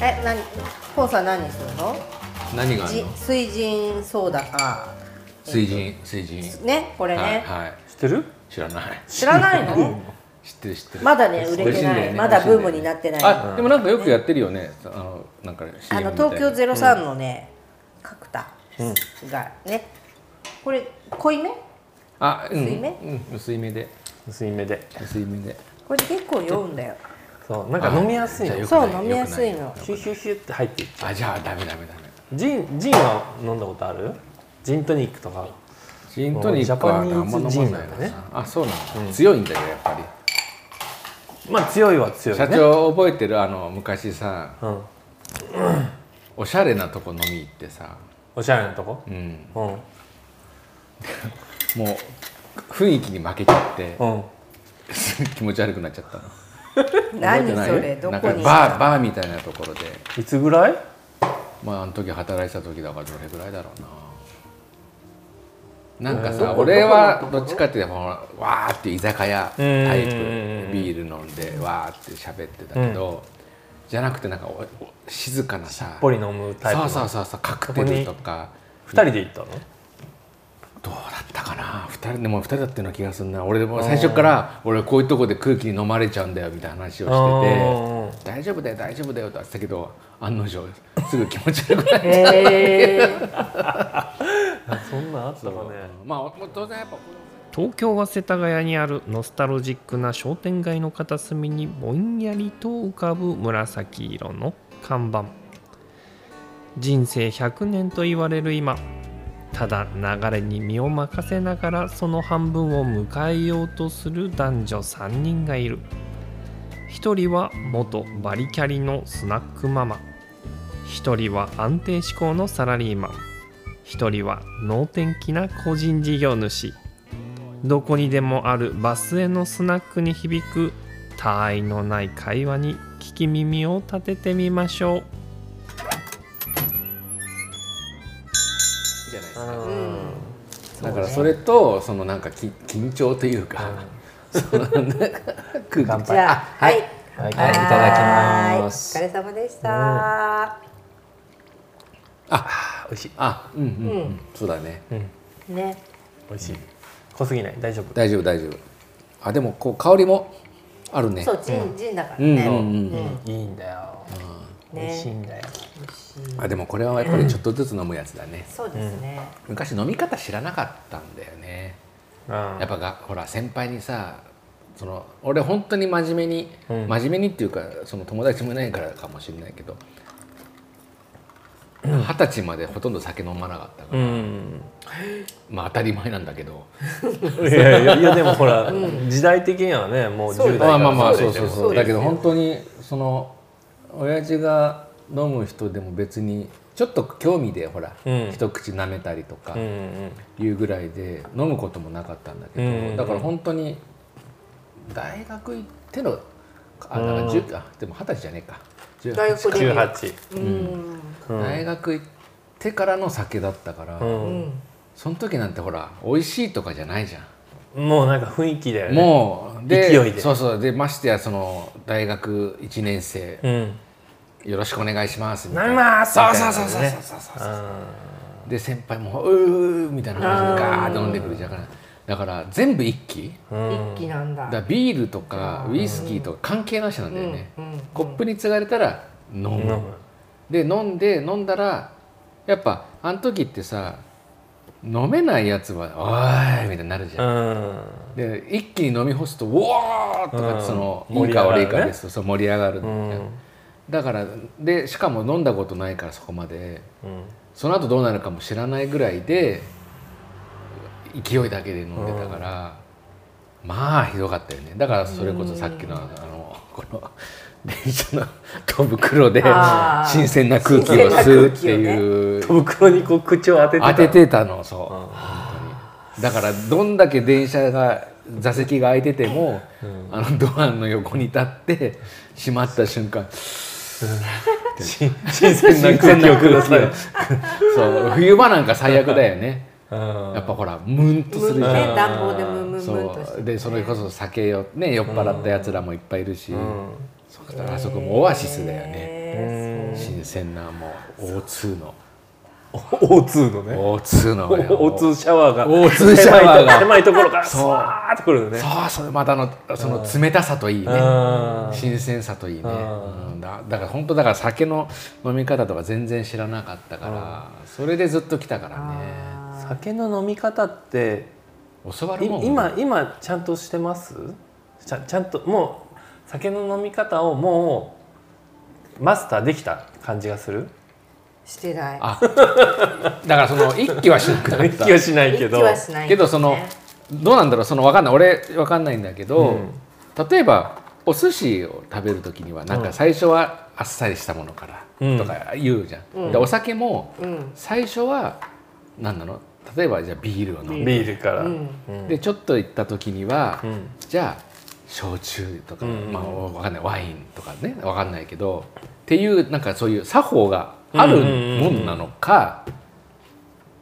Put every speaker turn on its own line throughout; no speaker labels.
え、なに、こうさん何するの？
何があ
じ
るの
水腎ソーダか。
水人水人
ね、これね。
はい、はい、
知ってる
知らない
知らないの？
知ってる知ってる
まだね売れて
美味しん
な
だ
い
よね
まだブームになってない。あ
あでもなんかよくやってるよねあのなんか CM みたいな
の東京ゼロ三のね、角田がね、これ濃いめ？
あ、うん、
薄いめ
うん、薄いめで
薄いめで
薄いめで
これ結構酔うんだよ。
そうなんか飲みやすい
あじゃあ
の
よ
そう
くない
飲みやすいの。
ヒュヒュヒュって入っていっちゃ
あじゃあダメダメダメ
うジンジンは飲んだことあるジントニックとか
ジントニックはあんま飲ま
ジャパニーズジン
な
ないん
な、
だね
あそうなんだ、強いんだよやっぱ
まあ強いは強
り
いね
社長覚えてるあの昔さ
うん
おしゃれなとこ飲み行ってさ、
おしゃれなとこ
うん、
うん
もう雰囲気に負けちゃって
うん
気持ち悪くなっちゃったの
何
覚えてない
それどこ
なん
に？
かバーバーみたいなところで
いつぐらい
まああの時働いてた時だからどれぐらいだろうななんか
え
さ
ー
俺はどっちかっていうとほらわーって居酒屋タイプ
うんうんうんうん
ビール飲んでわーって喋ってたけど、じゃなくてなんかおお静かなさ
ポリ飲むタイプ
そ
の
うそうそうそうカクテルとか
二人で行ったの
どうだったかな2人でも2人だったような気がするな俺でも最初から俺こういうとこで空気に飲まれちゃうんだよみたいな話をしてて。
あ
大丈夫だよ大丈夫だよとは言ってたけど案の定すぐ気持ち悪くなる
へー。
ーそんなんあったかね
まあもう当然やっぱ
東京は世田谷にあるノスタルジックな商店街の片隅にぼんやりと浮かぶ紫色の看板人生100年と言われる今ただ流れに身を任せながらその半分を迎えようとする男女3人がいる1人は元バリキャリのスナックママ1人は安定志向のサラリーマン1人は能天気な個人事業主どこにでもあるバスへのスナックに響く他愛のない会話に聞き耳を立ててみましょう
じゃないです
う
か
ん
だからそれとそのなんかき緊張というか、そのなんか空気
乾
じ
杯
ゃあ、はい、はい、い
はいいた
た
だきます
お疲れ様でした。
美味しい
あうんうん、うん
うん
そうだね
ね、
美味しい濃すぎない大丈夫
大丈夫大丈夫あでもこう香りもあるね
そう、ジン、ジンだから
うんう
ね。
んうん、
いいんだよ美味しい
ね、
んだよ
あでもこれはやっぱりちょっとずつ飲むやつだね
そうですね。
昔飲み方知らなかったんだよね
うん
やっぱがほら先輩にさその俺本当に真面目に、
ん
真面目にっていうかその友達もいないからかもしれないけど二十歳までほとんど酒飲まなかったから、
うん
まあ当たり前なんだけど
いやいやいやでもほら、時代的にはねもう10代
まあまあまあ
か
そ
ら
う
です
そ
よ
うそうだけど本当にその親父が飲む人でも別にちょっと興味でほら、
うん
一口舐めたりとか、
うんうん
いうぐらいで飲むこともなかったんだけど、
うんうんうん
だから本当に大学行ってのあだから10あでも二十歳じゃねえか18
大学デビュー。
18
うん、
うん
大学行ってからの酒だったから、
うん、
その時なんてほら美味しいとかじゃないじゃん、
もうなんか雰囲気だよね
もう
勢いで
そうそうでましてやその大学1年生、
う、ん、
よろしくお願いしますみたい
な
な
ま
そう
みた
そ
いう
そう
な
そうそうそう
ね
そうで先輩も「うー」みたいな感じでガーって飲んでくるじゃんだからだから全部一気
一気なんだ。
だからビールとかウイスキーとか関係なしなんだよね、
うんうん
コップに継がれたら飲む、
飲む
で飲んで飲んだらやっぱあの時ってさ飲めないやつは「おーい」みたいになるじゃん、
うん
で一気に飲み干すと「うおー!」とかってその、
うん
いいか悪い
盛り上が
か
る
で
ね
す、そう盛り上がる、
うん
だからでしかも飲んだことないからそこまで
うん
その後どうなるかも知らないぐらいで勢いだけで飲んでたから、まあひどかったよねだからそれこそさっきの,、あのこの電車の戸袋で
あー
新鮮な空気
新鮮
を
な空気をね
吸うっていう、
戸袋にこう口を当ててた
当ててたのそう、本当にだからどんだけ電車が座席が空いてても、あのドアの横に立って閉まった瞬間
新鮮な空気をください、うん、
そう冬場なんか最悪だよねやっぱほらムンとするじ
ね、
ゃん
暖房でムンムンムンとし
そ
て
う
ね。
でそれこそ酒をね酔っ払ったやつらもいっぱいいるし、そしたらあそこもオアシスだよね、
ねそう
新鮮なもう O2 の
O2 のね
O2 の
O2 シャワーが
O2 シャワーが
狭いところから
そう
スワーッとくるのね
そうそうまたあのその冷たさといいね
あー
新鮮さといいね、
うん
うんだだから本当だから酒の飲み方とか全然知らなかったから、それでずっと来たからね
あ
酒の飲み方って
教わ
い
るもんね
今今ちゃんとしてますちゃちゃんともう酒の飲み方をもうマスターできた感じがする
ーしてない
あだからその一気はしなくなっ
一
た
気はしないけ
一気
ど
はしない
け
んで
ど
す
そ
ね
のどうなんだろうそのわかんない俺わかんないんだけど、
うん
例えばお寿司を食べる時にはなん
う
か
ん
最初はあっさりしたものから
うん
とか言うじゃん、
うん
でお酒も
うん
最初は何なの例えばじゃあビールを飲んで
ビールから、
うん
うん
でちょっと行った時には、
うん
じゃあ焼酎とか、
うんうんうん
まあ、わかんないワインとかねわかんないけどっていうなんかそういう作法があるもんなのか、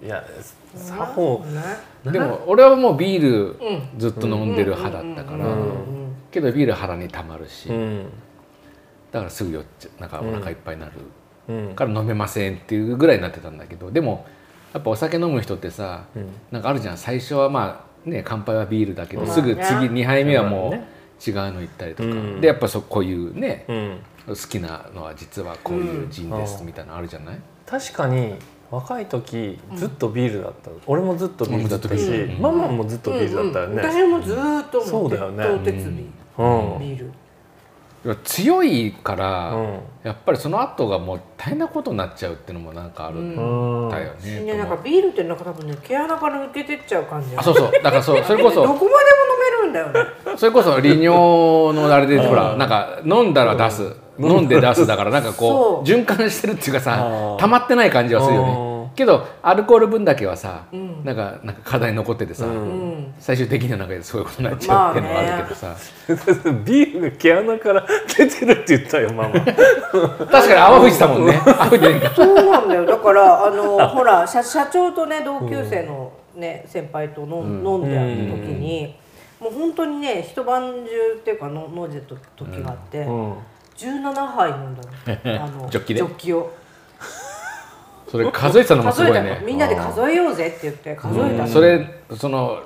いや作法
ね
でも俺はもうビー
う
ル
ん
ずっと飲んでる派だったから、
うんうん
けどビール腹にたまるし、
うん
だからすぐ酔っちゃなんかお腹いっぱいになる
うん
から飲めませんっていうぐらいになってたんだけどでもやっぱお酒飲む人ってさ
うん
なんかあるじゃん最初はまあね乾杯はビールだけど、
うん
すぐ
まあね
次2杯目はも
そうだね
う違うの行ったりとか、
うん
でやっぱそこういうね
うん
好きなのは実はこういうジンです
うん
みたいなのあるじゃない、
確かに若い時ずっとビールだった、俺もずっとビールだったし、
俺もずっとビール
ママもずっとビールだったよね、
うんうん私もずーっと
そ
も
うだよね
鉄鉄ビ
うん
ビール
いや強いから、
うん
やっぱりその後がもう大変なことになっちゃうっていうのもなんかあるん
うん
だよね、
いやなんか
と思う
ビールってなんか多分ね毛穴から抜けてっちゃう感じ
あそうそうだからそうそれ こ
どこ
そ
までも飲めるんだよね
それこそ利尿のあれで
うん
ほらなんか飲んだら出す、飲んで出すだからなんかこう
そ
循環してるっていうか
う
さ
ん
溜まってない感じはするよねけどアルコール分だけはさ、
うん
なんかなんか課題残っててさ、
うん
うん
最終的にはなんかそういうことになっちゃうっていうのはあるけどさ、
ビールが毛穴から出てるって言ったよママ
確かに泡吹いてたもんね泡吹いてないか
そうなん だよだからあのほら社社長とね同級生の、ね先輩との、飲んである時に、もう本当にね一晩中っていうかの飲んでた時があって、
うん
17杯飲んだのあの
ジョッキで
ジョッキを
それ数えてたのもす
数
ご
え
い
たの、
ね
みんなで数えようぜって言って数えたの、
それその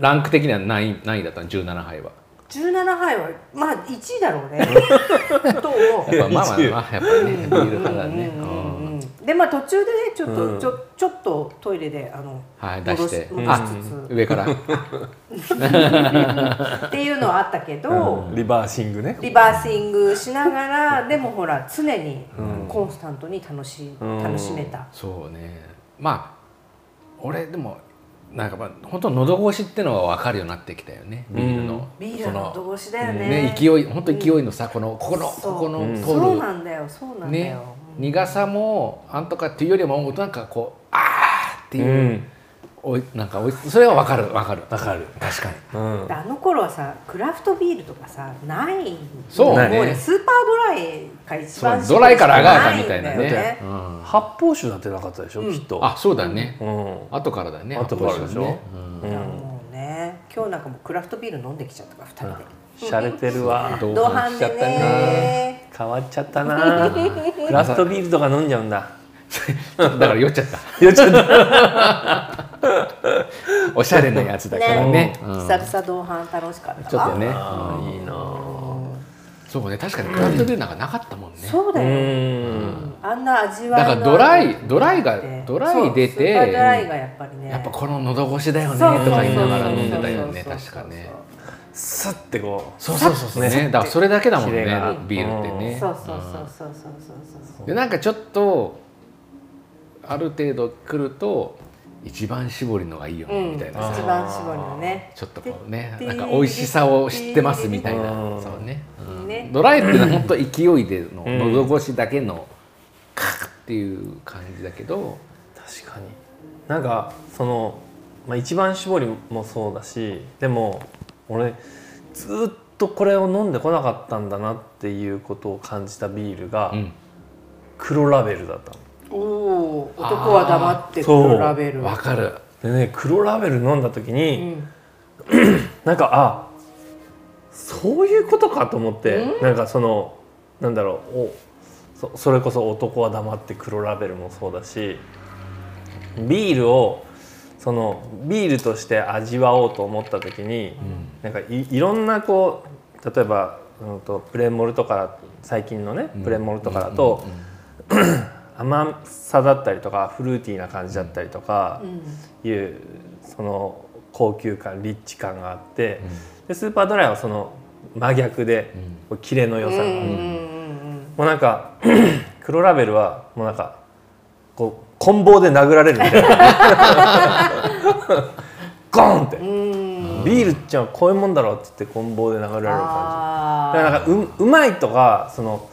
ランク的には何位何位だったの17杯 は
17杯はまあ1位だろう ねと思う
やっぱまあまあまあやっぱりねビール派だね
う
う
ん
ん
うんでまあ途中でねちょっと、
うん
ちょちょっとトイレであの、
はい出して
戻し
あ
戻しつつ、
上から
っていうのはあったけど、
リバーシングね
リバーシングしながらでもほら常にコンスタントに楽し,、
うん
楽しめた、
そうねまあ俺でもなんかまあ本当喉越しってのは分かるようになってきたよねビールの
ビー
そ
ルの後押しだよね
ね勢い本当勢いのさこのここの
そう
ここの通
そう
る
なんだよそうなんだよ、
ね苦さもあんとかっていうよりもなんかこうあーって
う
いうんおいなんかおいそれは分かる分かる
わかる
確かに
うん
であの頃はさクラフトビールとかさない
そう
ね
もスーパードライが一
そう
番
ドライから上がるかみたいな
しか
ね
しないんだよね
うん
発泡酒なんてなかったでしょ、
うん
きっと
あそうだね
うん
後からだね
後からでしょ
ね
う
だから
ん
もうね今日なんかもうクラフトビール飲んできちゃったから2人で、
しゃれてるわ
同
同
伴
伴でね
変わっちゃ ったなクラフトビールとか飲んじゃうんだ
だから酔っちゃった
いやちょっと
おしゃれなやつだからね
ね、
うん
久々同伴楽しかったわ
ちょっとね
あーいいなぁ
そうね確かにクラフトビールなんかなかったもんね
そうだ
う
よ、
ん
あんな味
だ
わい
か
のあ
ら
る
ドライドライが
で
ドライ出
そうスーパードライ
て
がやっぱりね
やっぱこの喉越しだよねと
そうそうそう
か言いながら飲んでたよね
そうそう
確
そう
かね
スッてこう
そうそうそうそうねだからそれだけだもんね
キレが
ビールってね
そうそうそうそうそうそうそう
でなんかちょっとある程度来ると一番絞りのがいいよ
う
ね
ん
み
一
たいなさ、
番搾りのね
ちょっとこうね
で
なんか美味しさを知ってますみたいな
うん
そうね、うん
ね
ドライっていうのは本当勢いでの
うん
喉越しだけのカッっていう感じだけど、
確かになんかその、まあ、一番搾りもそうだしでも俺ずっとこれを飲んでこなかったんだなっていうことを感じたビールが
うん
黒ラベルだったの。
おおー男は黙って
そう
黒ラベル
わかる
でね黒ラベル飲んだ時
う
に、
ん
なんかあそういうことかと思って、なんかそのなんだろうおそそれこそ「男は黙って黒ラベル」もそうだしビールをそのビールとして味わおうと思った時に、なんかいいろんなこう例えば、うん、とプレモルとか最近のねプレモルとかだと、甘さだったりとかフルーティーな感じだったりとかいうその高級感リッチ感があってでスーパードライはその真逆でこうキレの良さがあるもうなんか 黒ラベルはもうなんかこう棍棒で殴られるみたいな ゴーンってビールっちゃこういうもんだろうって言って棍棒で殴られる感じだからなんかううまいとかその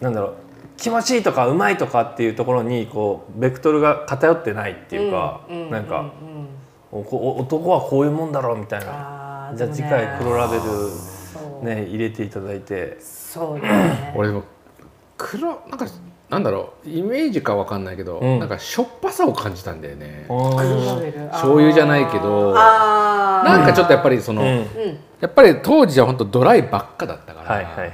なんだろう気持ちいいとかうまいとかっていうところにこうベクトルが偏ってないっていうか、なんか、おこお男はこういうもんだろうみたいな
あー
じゃあ次
でもね
回黒ラベ
そう
ル、ね、入れていただいて
そうだね
俺でも黒なんかなんだろうイメージかわかんないけど、
うん
なんかしょっぱさを感じたんだよね
黒ラ
あ
ベル
醤油じゃないけど
あー
なんかちょっとやっぱりその、
うん
うんうん
やっぱり当時は本当ドライばっかだったから、
はいはいはいはい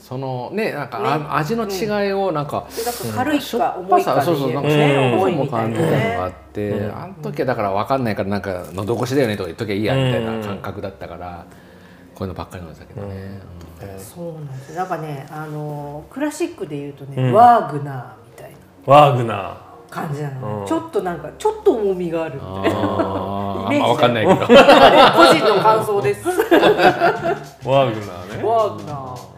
そのねなんかあ、味の違いをなんか、
なんか軽い
しょ
か
っ
重
ぱ
いか
さ
で
そうそうなんかそう
ね
いうの
重い
も
みたい
感
な
じたのがあっ
ね。
て、あの時はだから分かんないからなんか喉越しだよねとか言っときゃいいやみたいな感覚だったから、こういうのばっかりなんだけどね、
えー
そうなんです。なんかね、あのクラシックで言うとね、
うん
ワーグナーみたいな
ワーグナー
感じなの、
うん
ちょっとなんかちょっと重みがあるみたい
あ
な。
ーあ
イメージだよ
んま分か んないけ
個
ど
人の感想です。
ワーグナーね
ワーグナー。